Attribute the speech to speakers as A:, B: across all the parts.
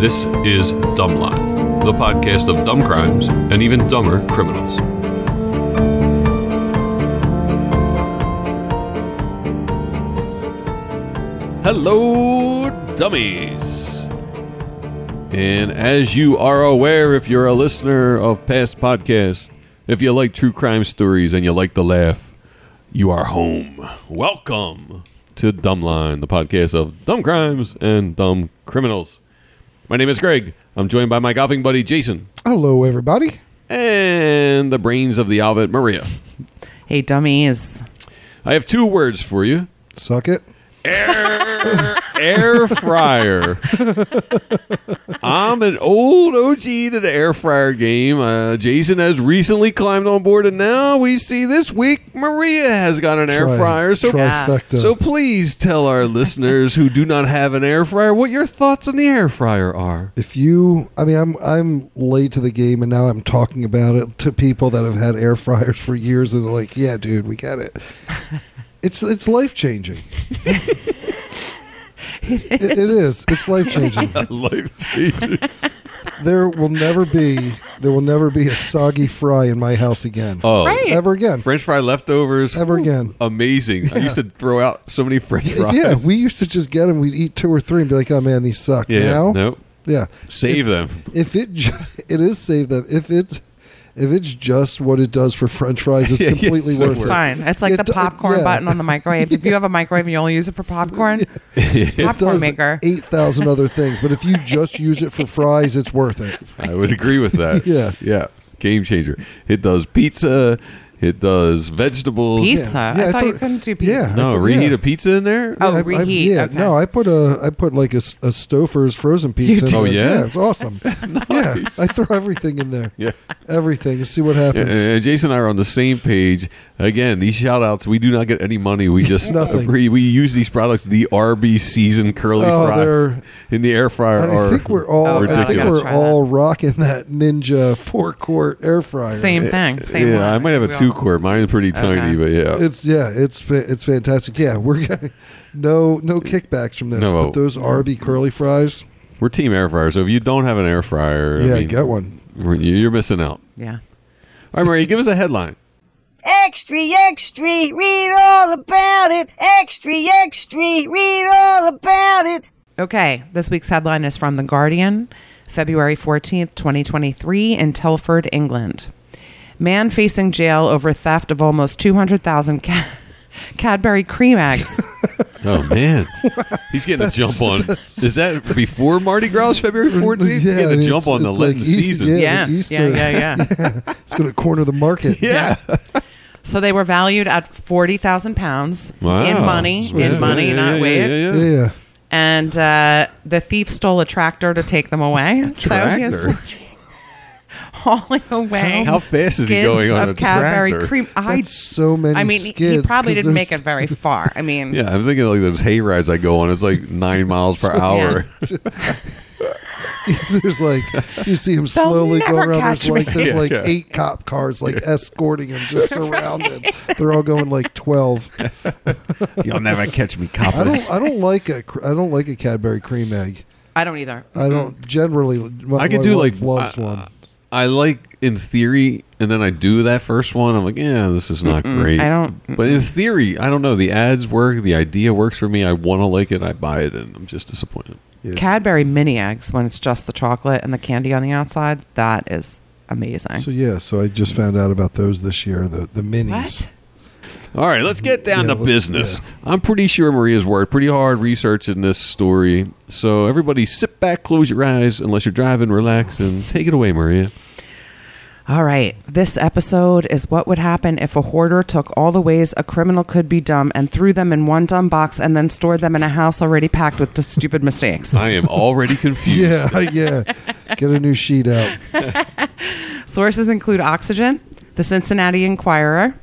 A: This is Dumbline, the podcast of dumb crimes and even dumber criminals. Hello, dummies. And as you are aware, if you're a listener of past podcasts, if you like true crime stories and you like to laugh, you are home. Welcome to Dumbline, the podcast of dumb crimes and dumb criminals. My name is Greg. I'm joined by my golfing buddy Jason
B: Hello, everybody.
A: and the brains of the Ovid Maria.
C: Hey, dummies.
A: I have two words for you.
B: Suck it.
A: air fryer. I'm an old OG to the air fryer game. Uh, Jason has recently climbed on board, and now we see this week Maria has got an air
B: Tri-
A: fryer. So,
B: trifecta.
A: so please tell our listeners who do not have an air fryer what your thoughts on the air fryer are.
B: if you, I mean, I'm I'm late to the game, and now I'm talking about it to people that have had air fryers for years, and they're like, "Yeah, dude, we get it." It's it's life changing. it, it is. It's life changing.
A: Life changing.
B: There will never be there will never be a soggy fry in my house again.
A: Oh,
C: Right.
B: ever again.
A: French fry leftovers.
B: Ever again.
A: Amazing. I used to throw out so many French fries.
B: Yeah, we used to just get them. We'd eat two or three and be like, "Oh man, these suck."
A: Yeah,
B: now,
A: no.
B: yeah,
A: Save them.
B: if it ju- it is save them if it's if it's just what it does for french fries it's
A: Yeah, yeah,
B: completely
A: so
B: worth
A: worth
B: it
A: it.
C: Fine. It's like
B: It
C: the
B: do-
C: popcorn
B: yeah.
C: button on the microwave. If you have a microwave and you only use it for popcorn,
B: it
C: popcorn
B: does
C: maker.
B: 8000 other things but if you just use it for fries it's worth it
A: I would agree with that.
B: Yeah.
A: Yeah. Game changer. It does pizza. It does vegetables.
C: Pizza. I thought you couldn't do pizza.
B: yeah I
A: No,
B: thought-
A: reheat
B: yeah.
A: a pizza in there?
C: Oh,
B: I- I-
C: reheat.
B: yeah,
C: Okay.
B: no, I put a I put like a, s- a Stouffer's frozen pizza. in
A: did. Oh,
B: it.
A: yeah?
B: it's awesome. Yeah, I throw everything in there.
A: Yeah.
B: everything. See what happens.
A: Uh, Jason and I are on the same page. Again, these shout outs, we do not get any money. We just
B: Nothing.
A: agree. We use these products, the RB seasoned curly
B: Oh,
A: fries
B: they're-
A: in the air fryer
B: And
A: are
B: I think we're all
C: Oh, God,
B: I
A: ridiculous.
B: think
C: gotta
B: we're
C: try
B: all rocking that Ninja four quart air fryer.
C: Same thing. Same
A: Eh, yeah,
C: one.
A: I might have a
C: We
A: two
C: all-
A: quart. Mine's pretty tiny,
C: Okay.
A: but yeah.
B: It's yeah, it's fa- it's fantastic. Yeah, we're gonna no no kickbacks from this.
A: No.
B: But those Arby curly fries,
A: we're team air fryer. So if you don't have an air fryer,
B: yeah,
A: I mean,
B: get one.
A: you're missing out. All
C: Yeah.
A: right, Marie, give us a headline.
D: Extra, extra, read all about it. Extra, extra, read all about it.
C: Okay. This week's headline is from The Guardian, February 14th, 2023, in Telford, England. Man facing jail over theft of almost 200,000 Cad- Cadbury cream eggs.
A: Oh man, he's getting a jump on. Is that before Mardi Gras, February fourteenth?
B: Yeah,
A: getting a
B: it's-
A: jump on the
B: it's
A: Lenten
B: like easy-
A: season.
B: yeah.
C: yeah.
B: the
C: Yeah.
B: Easter.
C: Yeah. Yeah.
B: It's gonna corner the market.
A: Yeah.
C: So they were valued at forty thousand pounds
A: Wow.
C: in money,
A: Yeah,
C: in money,
A: yeah,
C: not
A: yeah,
C: weight.
A: yeah, yeah,
B: yeah.
A: yeah.
C: And uh, the thief stole a tractor to take them away. So he
A: Tractor?
C: was hauling away.
A: How fast is he
C: skids
A: going on
C: of
A: a
C: Cadbury
A: tractor?
C: cream? I,
B: That's so many.
C: I mean, he- he
B: skids,
C: probably
B: 'cause
C: didn't make
B: there's-
C: it very far. I mean,
A: Yeah, I'm thinking like those hay rides I go on. It's like nine miles per hour.
B: There's like you see him slowly go
C: never
B: around. There's
C: catch
B: like
C: me.
B: there's
A: Yeah,
B: like
A: yeah.
B: eight cop cars like escorting him, just surrounded. They're all going like twelve.
A: You'll never catch me,
B: I don't I don't like a cr- I don't like a Cadbury cream egg.
C: I don't either.
B: I don't generally. My,
A: Mm. I could
B: my
A: do like
B: wife loves
A: I,
B: one.
A: I like in theory, and then I do that first one. I'm like, yeah, this is not great.
C: I don't-
A: But in theory, I don't know. The ads work. The idea works for me. I want to like it. I buy it, and I'm just disappointed.
C: Cadbury mini eggs when it's just the chocolate and the candy on the outside. That is amazing.
B: So yeah, so I just found out about those this year, the the minis.
C: what?
A: All right, let's get down
B: Yeah,
A: to
B: let's-
A: business. I'm pretty sure Maria's worked pretty hard researching this story. So everybody sit back, close your eyes unless you're driving, relax and take it away, Maria.
C: All right. This episode is what would happen if a hoarder took all the ways a criminal could be dumb and threw them in one dumb box and then stored them in a house already packed with the stupid mistakes.
A: I am already confused.
B: Yeah, yeah. Get a new sheet out.
C: Sources include Oxygen, the Cincinnati Inquirer,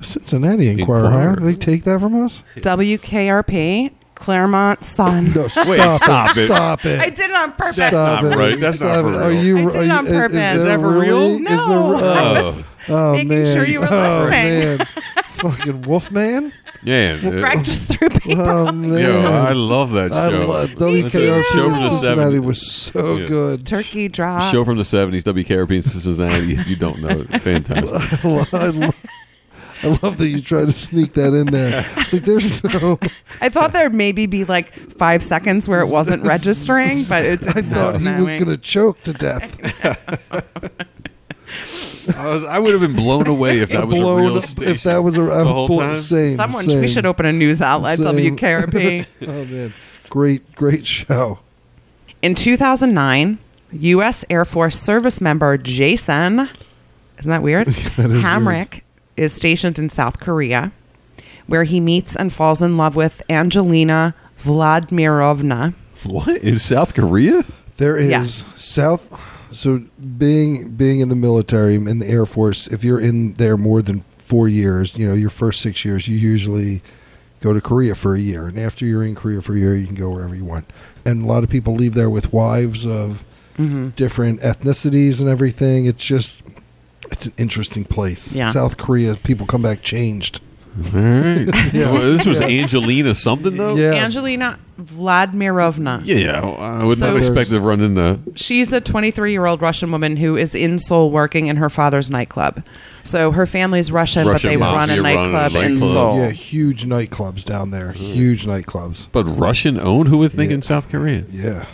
B: Cincinnati Inquirer.
A: Inquirer.
B: How do they take that from us?
C: WKRP, Claremont Sun.
B: No, stop,
A: Wait, stop it.
B: Stop it.
C: I did it on purpose.
A: not
B: Stop it.
A: right. That's
B: Stop
A: not for
B: it. Are
A: real.
B: you?
C: I did
B: are
C: it
B: you-
C: on
B: is- is
C: purpose.
B: there
C: Is
A: that for real?
B: really-
C: No,
B: Is there,
C: I
B: oh,
C: was
B: oh,
C: making
B: man.
C: sure you were
B: oh,
C: listening.
B: man. Fucking Wolfman.
A: Yeah.
C: Greg
A: uh,
C: just threw paper.
B: Oh
A: Yo,
B: man,
A: I love that
B: I
A: show.
B: love
A: That's a
B: WKRP
A: Show from
B: in
A: the
B: Cincinnati
A: 70s.
B: was so
A: Yeah.
B: good.
C: Turkey drop.
A: Show from the 70s, WKRP in Cincinnati. if you don't know it, fantastic.
B: I love, I love- I love that you tried to sneak that in there. It's like there's no.
C: I thought there'd maybe be like five seconds where it wasn't registering, but it
B: I
C: didn't
B: thought
C: happen
B: he
C: that
B: was
C: way.
B: going to choke to death.
A: I, was, I would have been blown away if that was
B: Blown
A: a real
B: up-
A: station.
B: if that was a I'm
A: the whole
B: blo-
A: time.
B: same,
C: Someone,
B: same.
C: we should open a news outlet,
B: Same.
C: WKRP.
B: Oh man, great, great show.
C: In 2009, U.S. Air Force service member Jason, isn't that weird?
B: is
C: Hamrick is stationed in South Korea, where he meets and falls in love with Angelina Vladimirovna.
A: What is South Korea?
B: There is
C: Yes.
B: South. So being being in the military in the Air Force, if you're in there more than four years, you know your first six years, you usually go to Korea for a year, and after you're in Korea for a year, you can go wherever you want. And a lot of people leave there with wives of
C: Mm-hmm.
B: different ethnicities and everything. It's just it's an interesting place.
C: Yeah.
B: South Korea, people come back changed.
A: Well, this was Angelina something though.
B: Yeah.
C: Angelina Vladimirovna.
A: Yeah, I wouldn't
C: So-
A: have expected to run into.
C: She's a 23 year old Russian woman who is in Seoul working in her father's nightclub. So her family's Russian,
A: Russian
C: but they run
A: mafia
C: a
A: run a
C: nightclub in
A: nightclub.
C: Seoul.
B: Yeah, huge nightclubs down there. Huge nightclubs.
A: But Russian owned? Who would think in South Korea?
B: Yeah.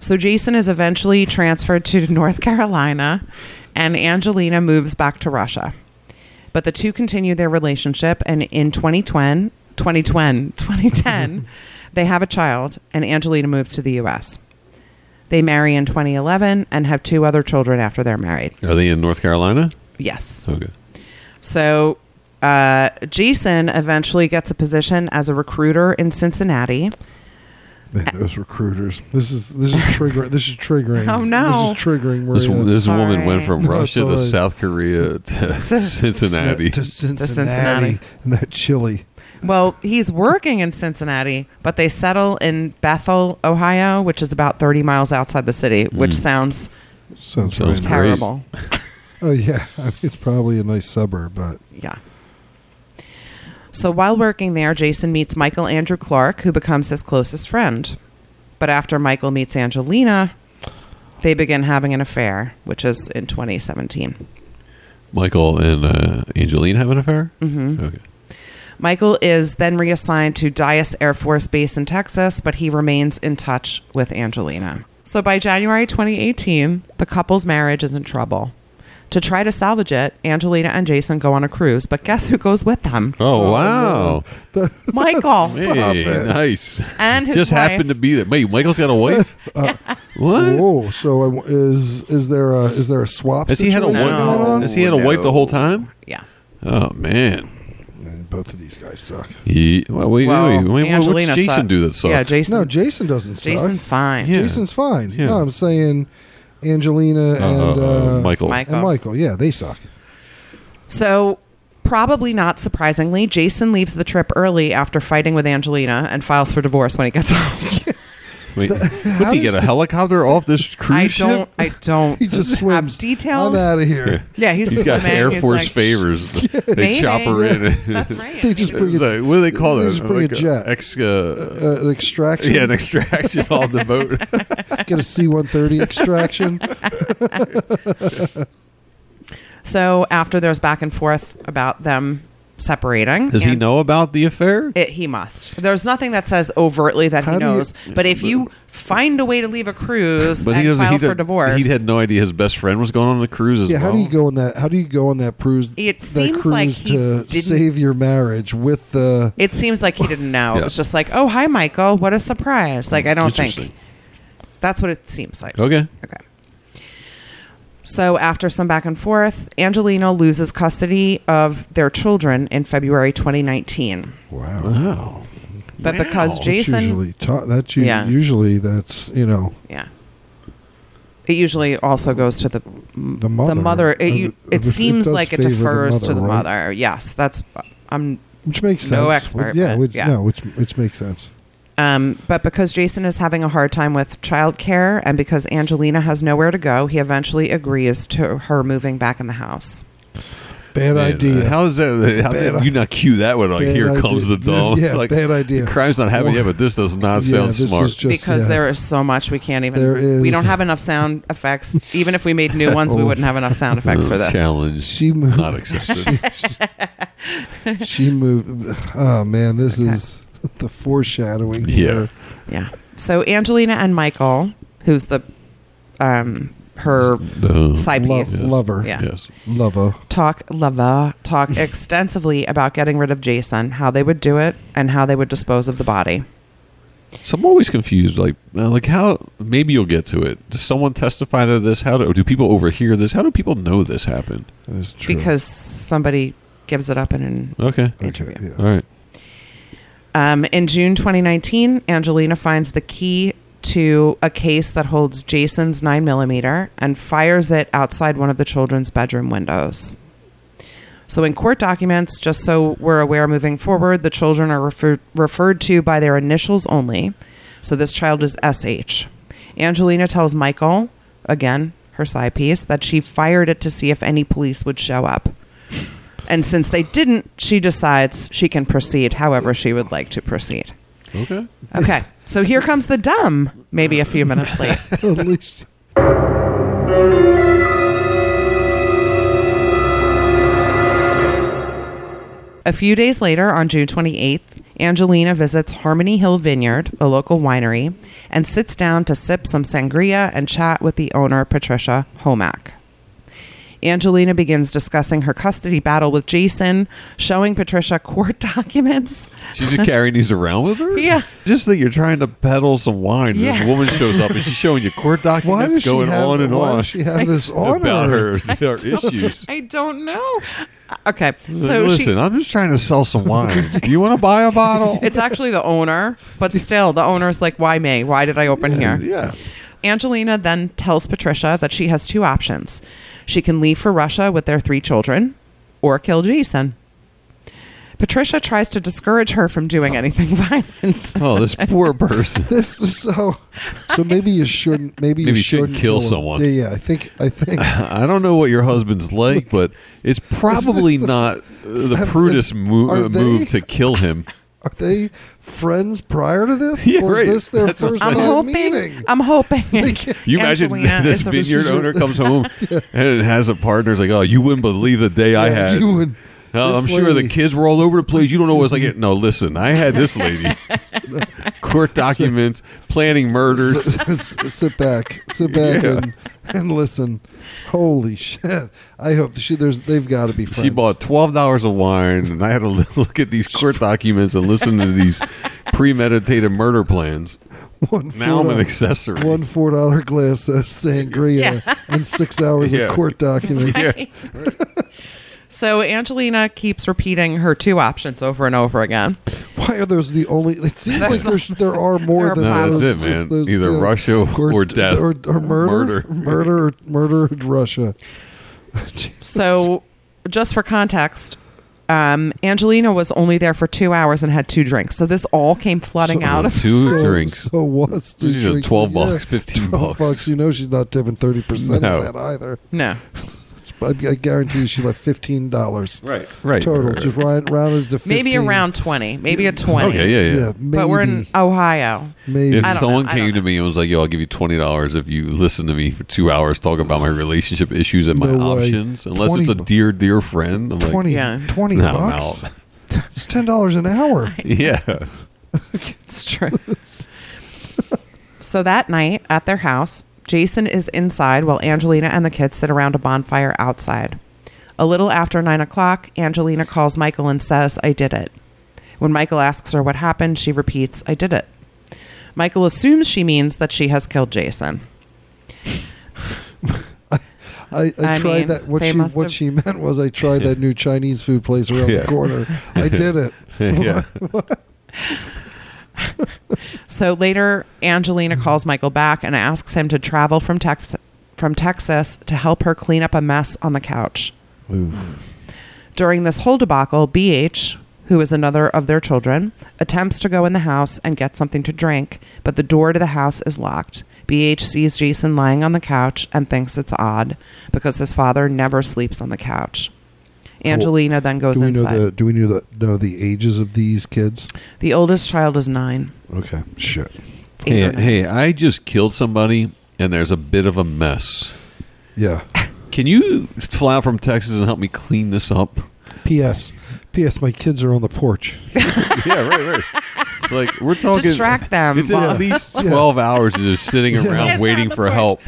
C: So Jason is eventually transferred to North Carolina, and Angelina moves back to Russia. But the two continue their relationship, and in 2020, 2020, 2010, they have a child, and Angelina moves to the U.S. They marry in 2011 and have two other children after they're married.
A: Are they in North Carolina?
C: Yes.
A: Okay.
C: So uh, Jason eventually gets a position as a recruiter in Cincinnati.
B: Man, those recruiters. This is this is triggering. this is triggering.
C: Oh, no.
B: This is triggering.
A: This,
B: Maria.
A: this woman went
C: Sorry.
A: from
B: No,
A: Russia
B: it's all
A: to
B: right.
A: South Korea to Cincinnati.
B: to
C: Cincinnati.
B: Cincinnati and that chili.
C: Well, he's working in Cincinnati, but they settle in Bethel, Ohio, which is about 30 miles outside the city, which sounds
B: Sounds,
A: Sounds
B: right.
A: Great.
C: terrible.
B: Oh yeah, I mean, it's probably a nice suburb, but
C: Yeah. So while working there, Jason meets Michael Andrew Clark, who becomes his closest friend. But after Michael meets Angelina, they begin having an affair, which is in 2017.
A: Michael and uh, Angeline have an affair. Mm-hmm. Okay.
C: Michael is then reassigned to Dias Air Force Base in Texas, but he remains in touch with Angelina. So by January 2018, the couple's marriage is in trouble. To try to salvage it, Angelina and Jason go on a cruise, but guess who goes with them?
A: Oh, wow!
C: Michael.
A: Hey,
B: it.
A: nice.
C: And his
A: just
C: wife.
A: happened to be there. Wait, Michael's got a wife. what?
B: whoa. Uh, oh, So I w- is is there a is there a swap?
A: Has he had a wife?
B: situation
C: No.
B: going on?
A: Has he had a wife the whole time?
C: Yeah.
A: Oh man.
B: Man, both of these guys suck.
A: He, well, wait,
C: Well,
A: wait, wait, wait, what's
C: Angelina
A: Jason
C: sucked.
A: do that sucks?
C: Yeah, Jason.
B: No, Jason doesn't
C: Jason's
B: suck.
C: fine.
A: Yeah.
B: Jason's fine.
A: Yeah.
B: No, I'm saying
A: Uh,
B: Angelina
A: uh,
B: and
A: uh,
B: uh,
A: Michael.
C: Mike-
B: and Michael. Yeah, they suck.
C: So, probably not surprisingly, Jason leaves the trip early after fighting with Angelina and files for divorce when he gets home.
A: Wait, what's he
B: does
A: get a
B: it-
A: helicopter off this cruise
C: I
A: ship?
C: don't. I don't.
B: He just
C: have
B: swims.
C: details.
B: I'm out of here.
C: Yeah, he's
A: He's got
C: swimming.
A: Air
C: He's
A: Force
C: like,
A: favors. they
C: Maybe.
A: chop her in.
C: That's right.
B: They just
A: It
B: bring
A: was
B: it,
A: like- what do they call
B: they
A: that?
B: just bring a
A: Like
B: jet.
A: Ex, uh,
B: uh, an extraction.
A: yeah, an extraction on the boat.
B: get a C-130 extraction.
C: So after there's back and forth about them separating,
A: Does he
C: and
A: know about the affair?
C: It, he must. There's nothing that says overtly that
B: How
C: he
B: do you-
C: knows. but if you find a way to leave a cruise
A: But
C: and
A: he doesn't.
C: file
A: He,
C: for
A: did,
C: divorce,
A: he had no idea his best friend was going on the cruise as
B: Yeah,
A: well.
B: how do you go on that? How do you go on that cruise?
C: It
B: that
C: seems
B: cruise
C: like he
B: to
C: didn't-
B: save your marriage with the.
C: It seems like he didn't know.
A: Yeah.
C: It was just like, oh, hi, Michael. What a surprise. Like, I don't think.
A: Interesting.
C: That's what it seems like.
A: Okay.
C: Okay. So after some back and forth, Angelina loses custody of their children in February 2019.
B: Wow,
A: Wow.
C: But
A: Wow.
C: because
A: It's
B: that's
C: Jason,
B: usually ta- that's u-
C: Yeah.
B: usually that's you know
C: yeah, it usually also goes to the
B: the mother.
C: the mother. It, you,
B: Uh,
C: it
B: if
C: seems
B: does
C: like it
B: favor the
C: defers to the
B: right?
C: mother. Yes, that's um, I'm
B: which makes sense.
C: No expert,
B: Which- yeah,
C: but
B: which,
C: yeah.
B: no, which which makes sense.
C: Um, but because Jason is having a hard time with childcare and because Angelina has nowhere to go, he eventually agrees to her moving back in the house.
B: Bad
A: Man,
B: idea.
A: uh, How is that? How
B: Bad
A: did you not cue that one? Like,
B: bad
A: here
B: idea.
A: comes the dome.
B: Yeah,
A: like,
B: bad idea.
A: the crime's not happening yet, but this does not
B: Yeah,
A: sound
B: this is
A: smart.
B: just-
C: because
B: yeah.
C: there is so much we can't even.
B: There is- Oh.
C: We don't have enough sound effects. Even if we made new ones, we wouldn't have enough sound effects for
A: Uh,
C: this.
A: Challenge
B: She moved-
A: not accepted.
B: she moved. Oh man, this is the foreshadowing.
A: Yeah.
B: here.
C: Yeah. So Angelina and Michael, who's the, um, her
A: No.
C: side
B: Lo-
C: piece,
B: lover.
C: Yeah.
A: uh, Yes.
B: Lover.
C: talk lava talk extensively about getting rid of Jason, how they would do it, and how they would dispose of the body.
A: So I'm always confused. Like, uh, like how? Maybe you'll get to it. Does someone testify to this? How do, do people overhear this? How do people know this happened?
B: That's true.
C: Because somebody gives it up in an
A: Okay.
B: Okay,
C: interview.
A: All
B: yeah.
A: right.
C: Um, in June 2019, Angelina finds the key to a case that holds Jason's 9mm and fires it outside one of the children's bedroom windows. So, in court documents, just so we're aware moving forward, the children are refer- referred to by their initials only. So, this child is SH. Angelina tells Michael, again, her side piece, that she fired it to see if any police would show up. And since they didn't, she decides she can proceed however she would like to proceed.
A: Okay.
C: Okay. So here comes the dumb, maybe a few minutes late.
B: At least.
C: A few days later, on June 28th, Angelina visits Harmony Hill Vineyard, a local winery, and sits down to sip some sangria and chat with the owner, Patricia Homack. Angelina begins discussing her custody battle with Jason, showing Patricia court documents.
A: She's just carrying these around with her.
C: Yeah.
A: Just that you're trying to peddle some wine.
C: Yeah.
A: This woman shows up and she's showing you court
B: Why does
A: documents
B: she
A: going
B: have,
A: on and
B: why
A: on
B: Does she have this on
A: about
B: her?
A: her, her issues.
C: I don't know. Okay.
A: Like,
C: So
A: listen,
C: she,
A: I'm just trying to sell some wine. Do you want to buy a bottle?
C: It's actually the owner, but still, the owner's like, why me? Why did I open here?
A: yeah.
C: Angelina then tells Patricia that she has two options. She can leave for Russia with their three children or kill Jason. Patricia tries to discourage her from doing anything violent.
A: Oh, this poor person.
B: This is so. So maybe you shouldn't. Maybe,
A: Maybe
B: you
A: you shouldn't kill
B: him.
A: someone.
B: Yeah, yeah. I think. I think.
A: I don't know what your husband's like, but it's probably not uh, the
B: Have-
A: prudest mo-
B: are
A: uh, move to
B: they-
A: kill him.
B: Are they friends prior to this?
A: Yeah,
B: or
A: right.
B: is this their
A: That's what
B: first
A: I'm
C: I'm
B: time
C: hoping.
B: meeting?
C: I'm hoping.
A: You imagine
C: Angelina
A: this
C: is the-
A: vineyard owner comes home and has a partner. It's like, oh, you wouldn't believe the day I
B: Yeah,
A: had.
B: you and
A: Oh, I'm
B: this
A: sure the
B: lady.
A: kids were all over the place. You don't know what's like. it." No, listen, I had this lady. Court documents, planning murders.
B: S- s- sit back, sit back,
A: Yeah.
B: and, and listen. Holy shit! I hope she, there's. They've got to be friends.
A: She bought twelve dollars of wine, and I had to look at these court documents and listen to these premeditated murder plans.
B: one
A: Now I'm an
B: $4
A: accessory.
B: One four dollar glass of sangria and six hours
A: Yeah.
B: of court documents.
C: so Angelina keeps repeating her two options over and over again.
B: Why are those the only? It seems like there's, there are more
C: There are
B: than
A: No,
B: those.
A: that's it,
B: just
A: man.
B: those
A: Either
B: two.
A: Russia or death.
B: or, or murder,
A: Murder.
B: murder, murder, murder, and Russia.
C: So, just for context, um, Angelina was only there for two hours and had two drinks. So this all came flooding
B: So-
C: out of
A: Two drinks.
B: So what's two
A: These are
B: drinks?
A: 12 bucks, 15 bucks.
B: You know she's not tipping thirty percent
A: No.
B: of that either.
C: no.
B: It's- I, I guarantee you she left fifteen dollars.
A: Right, right,
B: Total,
A: right, right.
B: just round, rounded to 15.
C: Maybe around twenty. Maybe a twenty.
A: Okay, yeah, yeah.
B: Yeah, maybe.
C: But we're in Ohio.
B: maybe.
A: If
C: I don't
A: someone
C: know, I
A: came
C: don't
A: to me and was like, "Yo, I'll give you twenty dollars if you listen to me for two hours talk about my relationship issues and my
B: No way.
A: options," unless it's a
B: 20
A: dear, dear friend, I'm
B: 20,
A: like,
C: Yeah.
B: 20
A: "No, I'm
B: bucks.
A: out."
B: It's ten dollars an hour.
A: Yeah,
C: It's true. so that night at their house, Jason is inside while Angelina and the kids sit around a bonfire outside. A little after nine o'clock, Angelina calls Michael and says, I did it. When Michael asks her what happened, she repeats, I did it. Michael assumes she means that she has killed Jason.
B: I, I,
C: I
B: tried
C: mean,
B: that. What
C: they
B: she
C: must
B: what
C: have-
B: she meant was I tried that new Chinese food place around
A: Yeah.
B: the corner. I did it.
A: yeah.
C: So later,
B: Mm-hmm.
C: Angelina calls Michael back and asks him to travel from, Tex- from Texas to help her clean up a mess on the couch. During this whole debacle, BH, who is another of their children, attempts to go in the house and get something to drink, but the door to the house is locked. BH sees Jason lying on the couch and thinks it's odd because his father never sleeps on the couch. Angelina then goes
B: do we
C: inside.
B: know the Do we know the know the ages of these kids?
C: the oldest child is nine.
B: Okay, shit.
C: Eight or
A: Hey,
C: nine.
A: hey, I just killed somebody, and there's a bit of a mess.
B: Yeah.
A: Can you fly out from Texas and help me clean this up?
B: P.S. P.S. My kids are on the porch.
A: yeah, right, right. Like we're talking.
C: Distract them.
A: It's at
B: Yeah.
A: least
B: Yeah.
A: twelve hours of just sitting
B: Yeah.
A: around
C: Kids are on
A: waiting
C: the
A: for
C: porch.
A: help.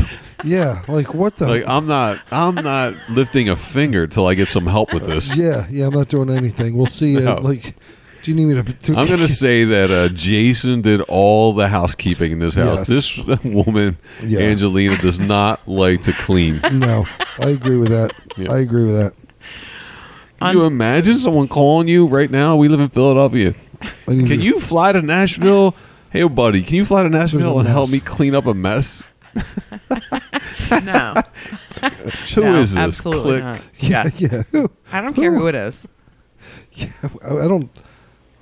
B: Yeah, like what the?
A: Like I'm not, I'm not lifting a finger till I get some help with this.
B: yeah, yeah. I'm not doing anything. We'll see. You.
A: No.
B: Like, do you need me to? do-
A: I'm gonna say that uh, Jason did all the housekeeping in this house.
B: Yes.
A: This woman,
B: Yeah.
A: Angelina, does not like to clean. Can
B: no, I agree with that.
A: Yeah.
B: I agree with that.
A: you imagine someone calling you right now? We live in Philadelphia.
B: I need
A: Can
B: to-
A: you fly to Nashville? Hey, buddy, can you fly to Nashville and
B: mess.
A: help me clean up a mess?
C: no,
A: Who is
C: no,
A: this?
C: absolutely
A: Click.
C: not. Yeah,
B: Yeah. Who-
C: I don't care who it is.
B: I I don't. I don't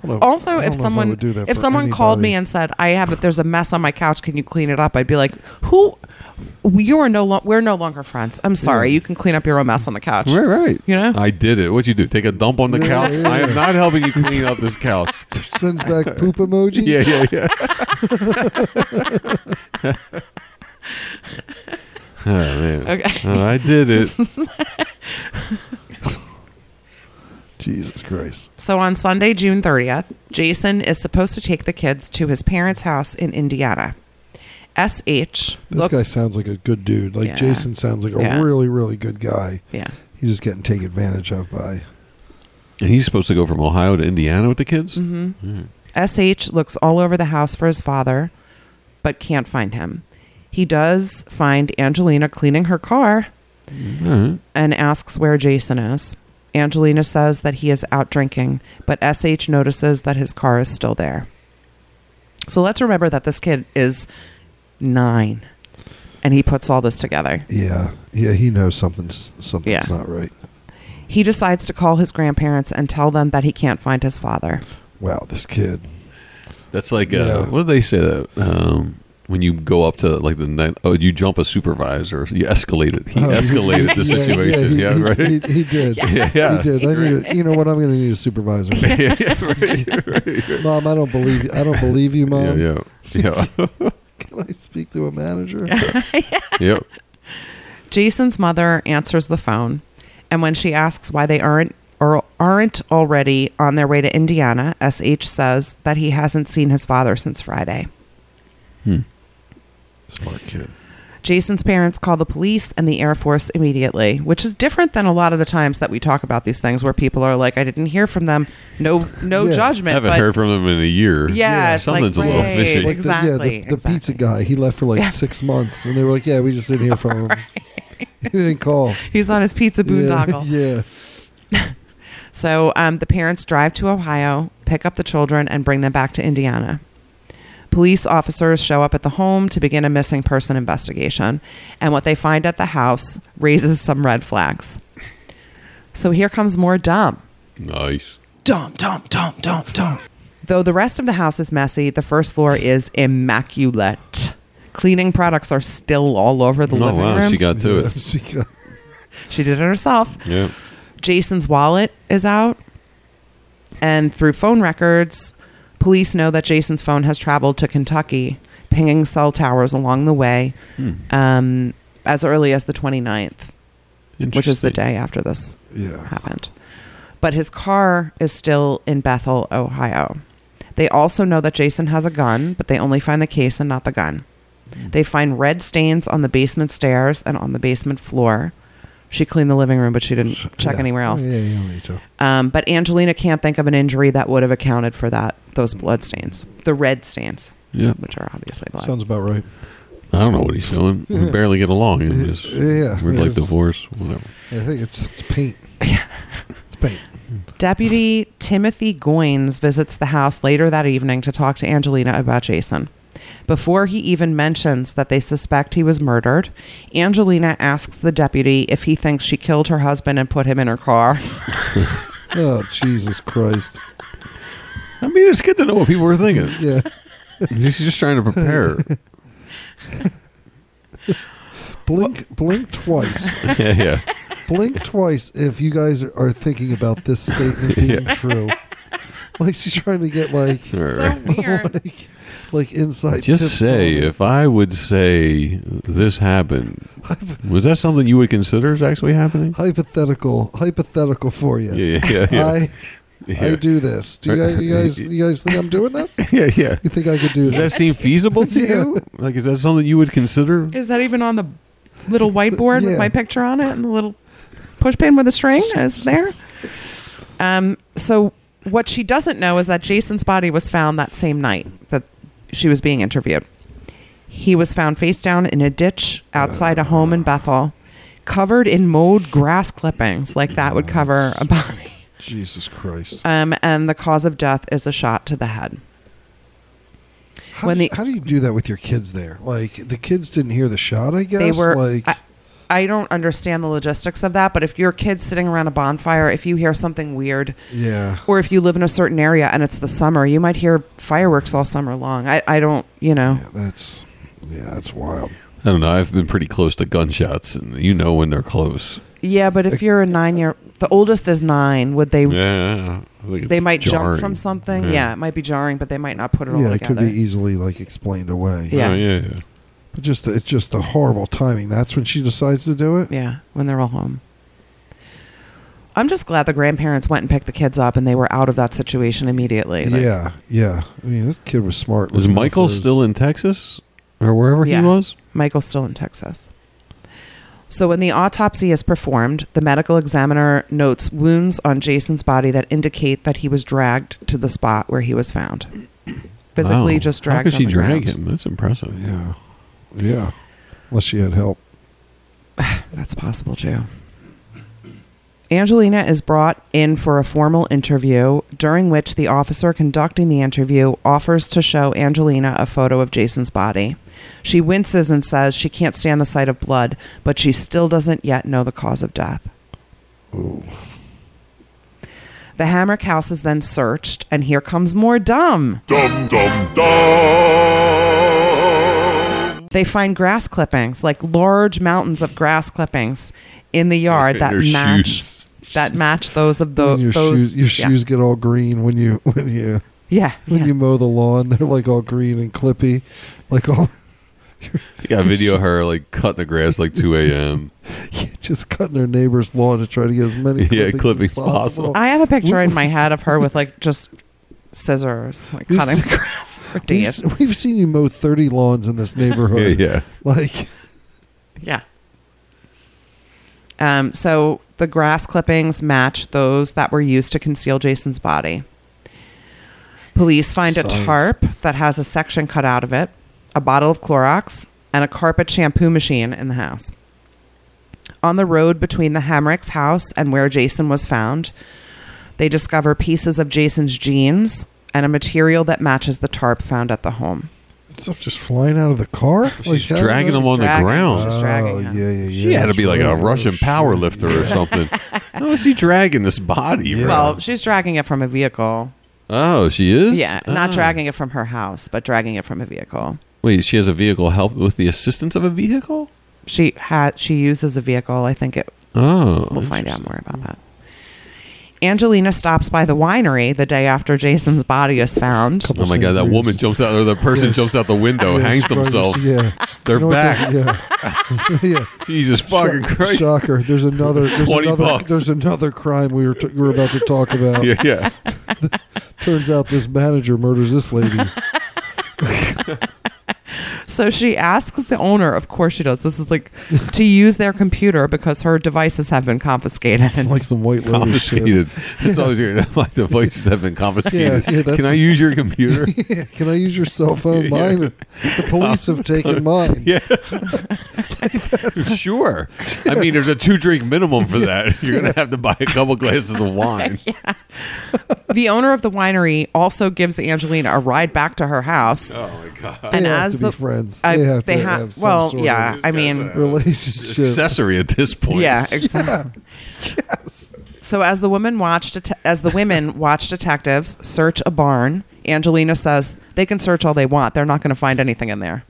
B: know. I
C: Also,
B: don't know
C: if
B: I
C: someone
B: would do that
C: if
B: for
C: someone called me
B: anybody.
C: and said, "I have there's a mess on my couch, can you clean it up?" I'd be like, "Who? You are no lo- we're no longer friends. I'm sorry. You can clean up your own mess on the couch.
B: right, right,
C: You know?
A: I did it. What'd you do? Take a dump on the
B: Yeah,
A: couch?
B: yeah,
A: I am
B: yeah.
A: not helping you clean up this couch.
B: sends back poop emojis.
A: yeah, yeah, yeah. oh, man.
C: Okay.
A: Oh, I did it.
B: Jesus Christ.
C: So on Sunday, June 30th, Jason is supposed to take the kids to his parents' house in Indiana. SH
B: This
C: looks
B: guy sounds like a good dude. Like
C: Yeah.
B: Jason sounds like a
C: Yeah.
B: really, really good guy.
C: Yeah.
B: He's just getting taken advantage of by.
A: And he's supposed to go from Ohio to Indiana with the kids?
C: Mm-hmm. SH looks all over the house for his father, but can't find him. He does find Angelina cleaning her car
A: All
C: and asks where Jason is. Angelina says that he is out drinking, but SH notices that his car is still there. So let's remember that this kid is nine and he puts all this together.
B: Yeah, yeah. He knows something's something's
C: Yeah.
B: not right.
C: He decides to call his grandparents and tell them that he can't find his father.
B: Wow, this kid.
A: That's like, uh,
B: Yeah.
A: what do they say that? Um, when you go up to like the night, oh, you jump a supervisor. You escalate it. He
B: Oh,
A: escalated the
B: yeah, yeah,
A: situation.
B: he-
A: Yeah,
B: he-
A: right.
B: He, he did.
A: Yeah, yeah.
B: He did. I need a, you know what? I'm going to need a supervisor.
A: yeah, yeah, right, right.
B: mom, I don't believe you. I don't believe you,
A: yeah,
B: mom.
A: yeah, yeah,
B: Can I speak to a manager?
A: Yep.
C: Jason's mother answers the phone, and when she asks why they aren't or aren't already on their way to Indiana, SH says that he hasn't seen his father since Friday.
A: Hmm.
B: Smart kid.
C: Jason's parents call the police and the Air Force immediately, which is different than a lot of the times that we talk about these things where people are like, I didn't hear from them. No no
B: Yeah.
A: I
C: judgment.
A: haven't
C: but
A: heard from him in a year.
C: yeah, it's like,
A: something's a little
C: right,
A: fishy. Like
B: Like
C: Exactly.
B: The, yeah, the, the pizza
C: exactly.
B: guy. He left for like six months, and they were like, "Yeah, we just didn't hear from him. He didn't call."
C: He's on his pizza
B: Yeah,
C: boondoggle.
B: yeah.
C: So um, the parents drive to Ohio, pick up the children, and bring them back to Indiana. Police officers show up at the home to begin a missing person investigation, and what they find at the house raises some red flags. So here comes more dumb.
A: nice.
C: Though the rest of the house is messy, the first floor is immaculate. Cleaning products are still all over the
A: Oh
C: living
A: wow,
C: room.
A: she got to
B: Yeah,
A: it.
B: she got-
C: she did it herself.
A: Yeah.
C: Jason's wallet is out. And through phone records, police know that Jason's phone has traveled to Kentucky, pinging cell towers along the way um, as early as the 29th, which is
A: Interesting.
C: the day after this
B: yeah.
C: happened. But his car is still in Bethel, Ohio. They also know that Jason has a gun, but they only find the case and not the gun. They find red stains on the basement stairs and on the basement floor. She cleaned the living room, but she didn't check
B: Yeah.
C: anywhere else.
B: Yeah, you don't need to.
C: Um, but Angelina can't think of an injury that would have accounted for that those blood stains, the red stains,
A: Yeah.
C: which are obviously blood.
B: Sounds about right.
A: I don't know what he's doing. We barely get along. It's just-
B: Yeah,
A: We're
B: yeah,
A: like
B: it's-
A: divorced, whatever.
B: I think it's, it's paint. It's paint.
C: Deputy Timothy Goines visits the house later that evening to talk to Angelina about Jason. Before he even mentions that they suspect he was murdered, Angelina asks the deputy if he thinks she killed her husband and put him in her car.
B: Oh Jesus Christ!
A: I mean, it's good to know what people were thinking.
B: Yeah.
A: She's just trying to prepare.
B: Blink, blink twice.
A: yeah, yeah.
B: blink twice if you guys are thinking about this statement being true. Like she's trying to get like
C: So weird.
B: like, like inside. tips
A: Just say
B: on it.
A: if I would say this happened, was that something you would consider is actually happening?
B: hypothetical hypothetical for you.
A: Yeah, yeah, yeah.
B: I I
A: Yeah.
B: do this. Do you guys, you guys you guys think I'm doing this?
A: yeah, yeah.
B: You think I could do
A: Does that
B: this?
A: seem feasible to
B: Yeah.
A: you? Like, is that something you would consider?
C: Is that even on the little whiteboard
B: Yeah.
C: with my picture on it and the little push pin with a string? Is there? Um, so what she doesn't know is that Jason's body was found that same night that she was being interviewed. He was found face down in a ditch outside a home in Bethel, covered in mowed grass clippings, like that would cover a body.
B: Jesus Christ!
C: Um, and the cause of death is a shot to the head.
B: How,
C: when
B: do you-
C: the-
B: how do you do that with your kids there? Like the kids didn't hear the shot. I guess
C: they were
B: like
C: I, I don't understand the logistics of that but if your kid's sitting around a bonfire if you hear something weird
B: yeah.
C: or if you live in a certain area and it's the summer you might hear fireworks all summer long i, I don't you know
B: yeah, that's yeah, that's wild.
A: I don't know. I've been pretty close to gunshots, and you know when they're close.
C: yeah but if you're a nine year the oldest is nine would they
A: Yeah, I think it's
C: they might
A: jarring.
C: jump from something yeah. it might be jarring but they might not put it all
B: Yeah, it could
C: together
B: be e-, easily like explained away.
C: Yeah.
A: Oh, yeah, yeah.
B: But just the, it's just the horrible timing. That's when she decides to do it.
C: yeah when they're all home i'm just glad the grandparents went and picked the kids up and they were out of that situation immediately Like,
B: yeah, yeah. I mean, this kid was smart.
A: Is
B: Looking out
A: Michael
B: for his-
A: still in Texas or wherever
C: Yeah.
A: he was?
C: Michael's still in Texas. So, when the autopsy is performed, the medical examiner notes wounds on Jason's body that indicate that he was dragged to the spot where he was found. Physically,
A: Wow.
C: just dragged.
A: How could
C: on
A: she
C: the
A: drag
C: ground.
A: him? That's impressive.
B: Yeah, yeah. Unless she had help.
C: That's possible too. Angelina is brought in for a formal interview, during which the officer conducting the interview offers to show Angelina a photo of Jason's body. She winces and says she can't stand the sight of blood, but she still doesn't yet know the cause of death. The Hammock house is then searched, and here comes more dumb.
E: Dum dum dum.
C: They find grass clippings, like large mountains of grass clippings in the yard
A: In
C: that
A: their
C: match
A: shoes.
C: that match those of the
B: And your
C: those
B: shoes, your
C: yeah.
B: shoes get all green when you when you
C: Yeah.
B: when
C: yeah.
B: you mow the lawn. They're like all green and clippy, like all
A: Yeah, video of her like cutting the grass like 2 a.m.
B: just cutting their neighbor's lawn to try to get as many
A: Yeah,
B: clippings,
A: clippings
B: as possible.
A: possible.
C: I have a picture in my head of her with like just scissors, like
B: We've
C: cutting
B: se-
C: the grass for
B: We've,
C: days.
B: s- we've seen you mow thirty lawns in this
A: Yeah,
B: neighborhood.
A: yeah.
B: Like
C: Yeah. Um, so the grass clippings match those that were used to conceal Jason's body. Police find a
B: Science.
C: tarp that has a section cut out of it, a bottle of Clorox, and a carpet shampoo machine in the house. On the road between the Hamrick's house and where Jason was found, they discover pieces of Jason's jeans and a material that matches the tarp found at the home.
B: stuff just flying out of the car.
A: She's
B: like,
A: dragging them on the
C: dragging.
A: ground.
C: She's
B: Oh,
C: dragging
B: yeah,
C: him.
B: yeah, yeah.
A: She had to
B: that's
A: be like a
B: right.
A: Russian
B: Oh, shit.
A: power lifter or something. How is she dragging this body? bro?
C: Well, she's dragging it from a vehicle.
A: oh, she is.
C: Yeah, not
A: Ah.
C: dragging it from her house, but dragging it from a vehicle.
A: Wait, she has a vehicle help with the assistance of a vehicle.
C: She had she uses a vehicle. I think it.
A: Oh,
C: We'll find out more about that. Angelina stops by the winery the day after Jason's body is found.
A: Oh my god, that
B: Years.
A: woman jumps out, or the person jumps out the window,
B: Yeah,
A: hangs
B: she's trying to-
A: themselves.
B: Yeah,
A: They're
B: You know what
A: back.
B: that- yeah, yeah.
A: Jesus fucking
B: Sho-
A: Christ.
B: Shocker. There's another. There's
A: 20
B: another.
A: bucks.
B: There's another crime we were t- we were about to talk about.
A: Yeah, yeah.
B: Turns out this manager murders this lady.
C: So she asks the owner. Of course she does. This is like to use their computer because her devices have been confiscated.
B: It's like some white lady
A: confiscated. That's all you're My devices have been confiscated.
B: Yeah, yeah, that's-
A: Can I use your computer?
B: shit. Yeah, Can I use your cell phone? Mine. The police have taken mine.
A: yeah. sure. I mean, there's a two drink minimum for that. You're gonna have to buy a couple glasses of wine.
C: the owner of the winery also gives Angelina a ride back to her house.
A: Oh my god.
B: They
C: and
B: have
C: as
B: to be
C: the
B: friends.
C: I-
B: they have
C: they
B: to
C: ha-
B: have some
C: well,
B: sort
C: yeah.
B: of
C: I mean,
B: relationship.
A: Accessory at this point.
C: Yeah, exactly. So as the woman watched det- as the women watch detectives search a barn, Angelina says they can search all they want. They're not going to find anything in there.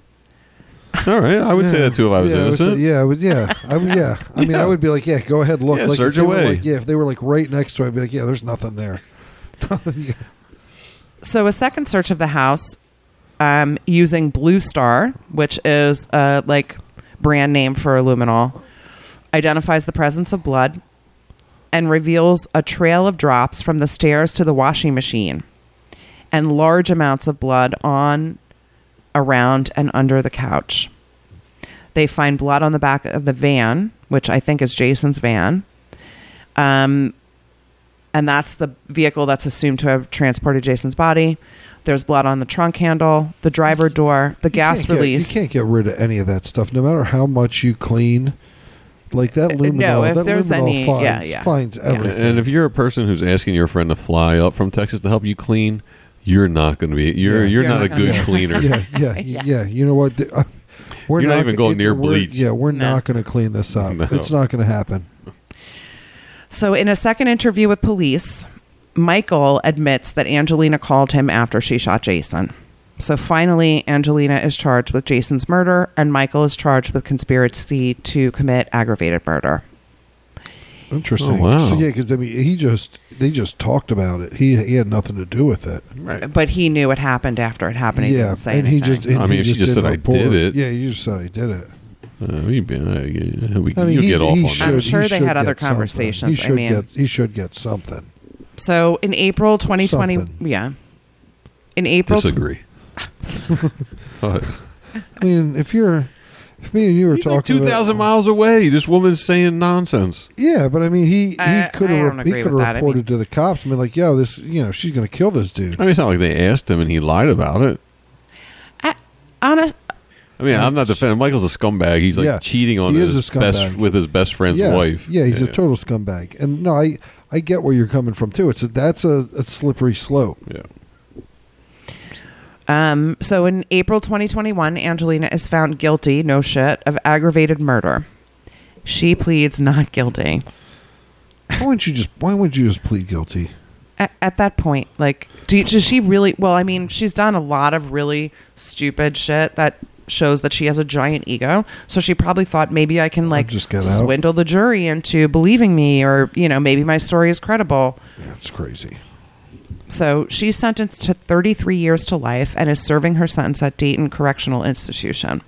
A: All right, I would say that too if I was
B: yeah,
A: innocent.
B: I would say- yeah, I would. Yeah, I would, yeah. I mean,
A: Yeah.
B: I would be like, yeah, go ahead, look.
A: Yeah,
B: like, if
A: search
B: they were,
A: away.
B: like- yeah, if they were like right next to it, I'd be like, yeah, there's nothing there.
C: So a second search of the house um, using Blue Star, which is uh, like brand name for luminol, identifies the presence of blood and reveals a trail of drops from the stairs to the washing machine and large amounts of blood on, around, and under the couch. They find blood on the back of the van, which I think is Jason's van. Um, and that's the vehicle that's assumed to have transported Jason's body. There's blood on the trunk handle, the driver door, the gas
B: can't get-
C: release.
B: you can't get rid of any of that stuff, no matter how much you clean. Like that
C: Uh,
B: luminol,
C: no, if
B: that
C: there's
B: luminol
C: any-
B: finds,
C: yeah, yeah.
B: finds
C: Yeah.
B: everything.
A: And if you're a person who's asking your friend to fly up from Texas to help you clean, you're not going to be. You're you're,
B: Yeah.
C: You're
A: not,
C: not
A: a
C: gonna
A: good
C: be.
A: cleaner.
B: yeah, yeah, y- yeah, You know what? The- uh, We're
A: You're not even
B: gonna-
A: going
B: it-
A: near
B: we're-
A: bleach.
B: Yeah, we're
C: No.
B: not going to clean this up.
A: No.
B: It's not going to happen.
C: So, in a second interview with police, Michael admits that Angelina called him after she shot Jason. So, finally, Angelina is charged with Jason's murder, and Michael is charged with conspiracy to commit aggravated murder.
B: Interesting.
A: Oh, wow.
B: So yeah, because I mean, he just they just talked about it. He he had nothing to do with it.
A: Right.
C: But he knew it happened after it happened. He
B: yeah,
C: didn't say
B: and he
C: anything.
B: just. and
A: I
B: he
A: mean, if she just
B: didn't
A: said, "I
B: report
A: did it."
B: Yeah, you just said I did it.
A: Uh, we, uh, yeah, we,
B: I mean,
A: you
B: he,
A: get off
B: he
A: on
B: should,
A: that.
B: he
C: sure they
B: should
C: had other
B: get something.
C: conversations. I
B: He should
C: mean-
B: get he should get something.
C: so, in April 2020,
B: Something.
C: yeah. In April,
A: Disagree. What?
B: I mean, if you're if me and you were
A: He's
B: talking
A: like two thousand
B: about,
A: miles away. This woman's saying nonsense.
B: Yeah, but I mean, he he
C: I-
B: could
C: I don't
B: have he
C: agree
B: could have
C: with that. I
B: reported to the cops and been like, "Yo, this you know she's going to kill this dude."
A: I mean, it's not like they asked him and he lied about it.
C: honest,
A: I mean, I'm not defending. Michael's a scumbag. He's like
B: Yeah.
A: cheating on
B: He is
A: his
B: a scumbag.
A: best with his best friend's
B: yeah,
A: wife.
B: yeah, he's a total scumbag. And no, I I get where you're coming from too. It's a, that's a, a slippery slope.
A: yeah.
C: Um, so in April 2021, Angelina is found guilty, no shit, of aggravated murder. She pleads not guilty.
B: Why wouldn't you just Why wouldn't you just plead guilty?
C: At, at that point, like, do you, does she really? Well, I mean, she's done a lot of really stupid shit that shows that she has a giant ego. So she probably thought maybe I can like
B: just get out.
C: swindle the jury into believing me, or you know, maybe my story is credible.
B: Yeah, it's crazy.
C: So she's sentenced to 33 years to life and is serving her sentence at Dayton Correctional Institution.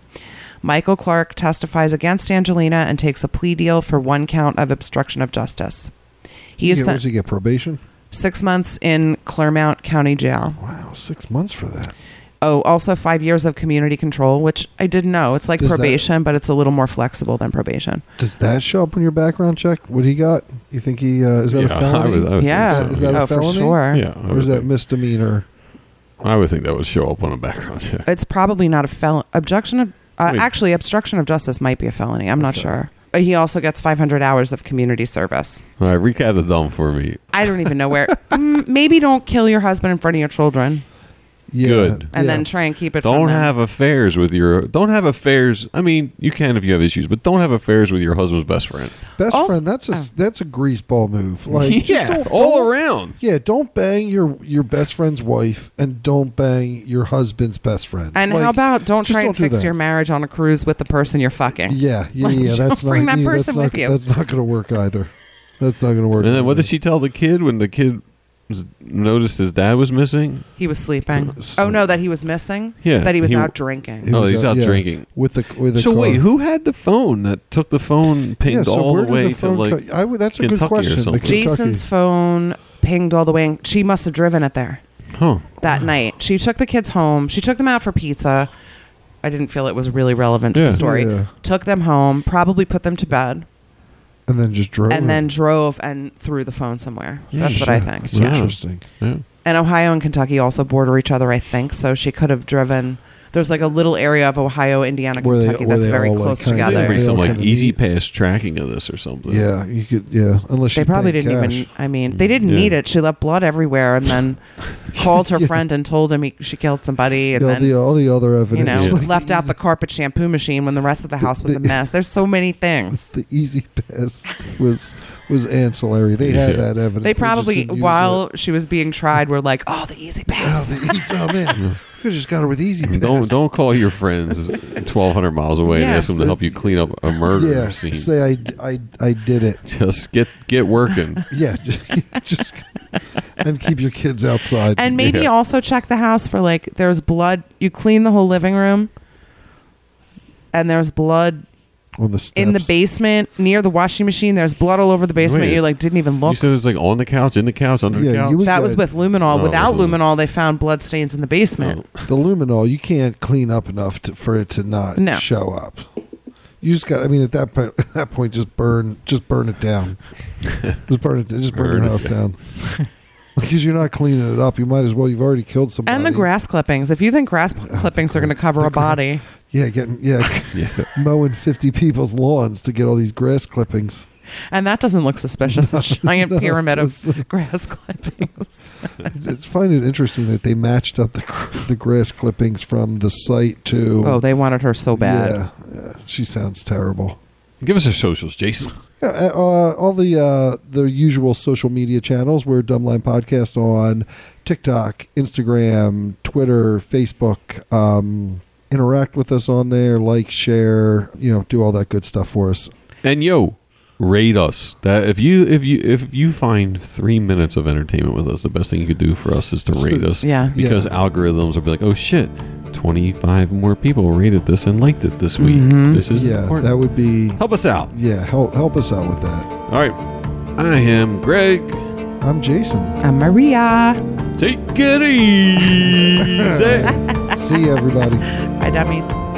C: Michael Clark testifies against Angelina and takes a plea deal for one count of obstruction of justice. He
B: He
C: is
B: get,
C: sent
B: does he get probation?
C: six months in Clermont County Jail.
B: Wow, six months for that.
C: Oh, also five years of community control, which I didn't know. It's like
B: Does that-
C: probation, but it's a little more flexible than probation.
B: Does that show up on your background check? What he got? You think he uh, is that
A: Yeah,
B: a
A: I
B: felony?
A: would- I would think
C: Yeah.
A: so,
B: Is that
A: yeah.
B: a
C: oh, for
B: felony?
C: sure.
A: Yeah, I
B: or is
A: would
B: that
A: think-
B: misdemeanor?
A: I would think that would show up on a background check.
C: It's probably not a felon. Objection of. Uh,
A: Wait.
C: actually, obstruction of justice might be a felony. I'm not
B: Okay.
C: sure. But he also gets 500 hours of community service.
A: All right, recap the dumb for me.
C: I don't even know where. Mm, maybe don't kill your husband in front of your children,
B: Yeah.
A: Good.
C: and
B: yeah.
C: then try and keep it. from
A: Don't
C: them.
A: have affairs with your. Don't have affairs. I mean, you can if you have issues, but don't have affairs with your husband's best friend.
B: best
C: also-
B: friend. That's a
C: oh.
B: that's a greaseball move. Like just don't-
A: all
B: don't-
A: around.
B: Yeah, don't bang your your best friend's wife, and don't bang your husband's best friend.
C: And
B: Like,
C: how about don't
B: just
C: try and
B: do
C: fix
B: that.
C: your marriage on a cruise with the person you're fucking?
B: Yeah, yeah,
C: Like,
B: yeah.
C: don't
B: That's not
C: bring that
B: yeah, that's
C: person
B: not-
C: with you.
B: That's not going to work either. That's not going to work.
A: And then what
B: either.
A: did she tell the kid when the kid was, noticed his dad was missing?
C: He was sleeping.
B: So-
C: Oh no, that he was missing.
A: Yeah,
C: that he was
A: he-
C: out drinking.
B: He
A: oh,
B: was
A: he's
B: out-
A: out
B: yeah.
A: drinking.
B: with the with the
A: So
B: car.
A: wait, who had the phone that took the phone pinged
B: Yeah, so
A: all
B: where
A: the
B: did
A: way
B: phone
A: to like?
B: co- I would- that's a
A: Kentucky
B: good
A: or
B: question. The
A: something.
B: Kentucky.
C: Jason's phone pinged all the way. In. She must have driven it there
A: huh?
C: that night. She took the kids home. She took them out for pizza. I didn't feel it was really relevant to
A: Yeah.
C: the story.
B: Yeah.
C: Took them home, probably put them to bed,
B: and then just drove.
C: and then drove and threw the phone somewhere. That's what I think.
A: Yeah.
B: Interesting.
A: Yeah.
C: And Ohio and Kentucky also border each other, I think. So she could have driven. There's like a little area of Ohio, Indiana,
B: Where they-
C: Kentucky
B: where
C: that's
B: they
C: very
B: all, like,
C: close
B: kinda-
A: There'd
C: together.
A: be
B: they
A: some
B: all
A: like
B: kinda
A: easy
B: meet.
A: pass tracking of this or something.
B: Yeah, you could. Yeah, unless
C: They
B: you
C: probably
B: paid
C: didn't
B: cash.
C: even. I mean, they didn't
A: Yeah.
C: need it. She left blood everywhere, and then called her
B: Yeah.
C: friend and told him he, she killed somebody, and
B: all,
C: then
B: the, all the other
C: you know
B: evidence.
A: Yeah.
B: like,
C: left out the carpet shampoo machine when the rest of the house was a mess. There's so many things.
B: the easy pass was was ancillary. They had
A: Yeah.
B: that evidence.
C: They
B: just
C: probably,
B: didn't use
C: while
B: it.
C: she was being tried, were like, "Oh, the easy
B: Oh,
C: pass."
B: the easy, oh man, you could just got her with easy. Pass.
A: Don't don't call your friends 1,200 miles away and
C: Yeah.
A: ask them to help you clean up a murder
B: Yeah,
A: scene.
B: say I, I, I did it.
A: Just get get working.
B: Yeah, just, just and keep your kids outside.
C: and maybe
A: Yeah.
C: also check the house for like there's blood. You clean the whole living room, and there's blood
B: on the steps.
C: in the basement near the washing machine. There's blood all over the basement.
A: Wait.
C: you like didn't even
A: You
C: look.
A: said it was like on the couch, in the couch, under the
B: Yeah,
A: couch.
B: you would-
C: that was
B: good.
C: with luminol.
A: Oh,
C: Without
A: with luminol.
C: luminol, they found blood stains in the basement.
B: The luminol, you can't clean up enough to, for it to not
C: No.
B: show up. You just got. I mean, at that point, at that point, just burn, just burn it down. just burn it. Just burn,
A: Burn it
B: your house down. Because you're not cleaning it up, you might as well. You've already killed somebody.
C: And the grass clippings. If you think grass clippings are going to cover a body,
B: Yeah, getting yeah,
A: Yeah.
B: mowing fifty people's lawns to get all these grass clippings.
C: and that doesn't look suspicious, a giant
B: no,
C: pyramid
B: it's-
C: of grass clippings.
B: It's find it interesting that they matched up the cr- the grass clippings from the site to.
C: oh, they wanted her so bad.
B: Yeah, yeah. she sounds terrible.
A: Give us our socials, Jason.
B: Yeah, uh, uh, all the uh, the usual social media channels. We're Dumbline Podcast on TikTok, Instagram, Twitter, Facebook. Um, interact with us on there, like, share, you know, do all that good stuff for us.
A: And yo, rate us. That if you if you if you find three minutes of entertainment with us, the best thing you could do for us is to
B: It's
A: rate
B: the-
A: us.
C: Yeah.
A: Because algorithms will be like, oh shit, twenty five more people rated this and liked it this week. This is
B: Mm-hmm. yeah,
A: important.
B: that would be.
A: Help us out.
B: Yeah, help help us out with that.
A: All right. I am Greg.
B: I'm Jason.
C: I'm Uh, Maria.
A: Take it easy.
B: See you, everybody.
C: Bye, dummies.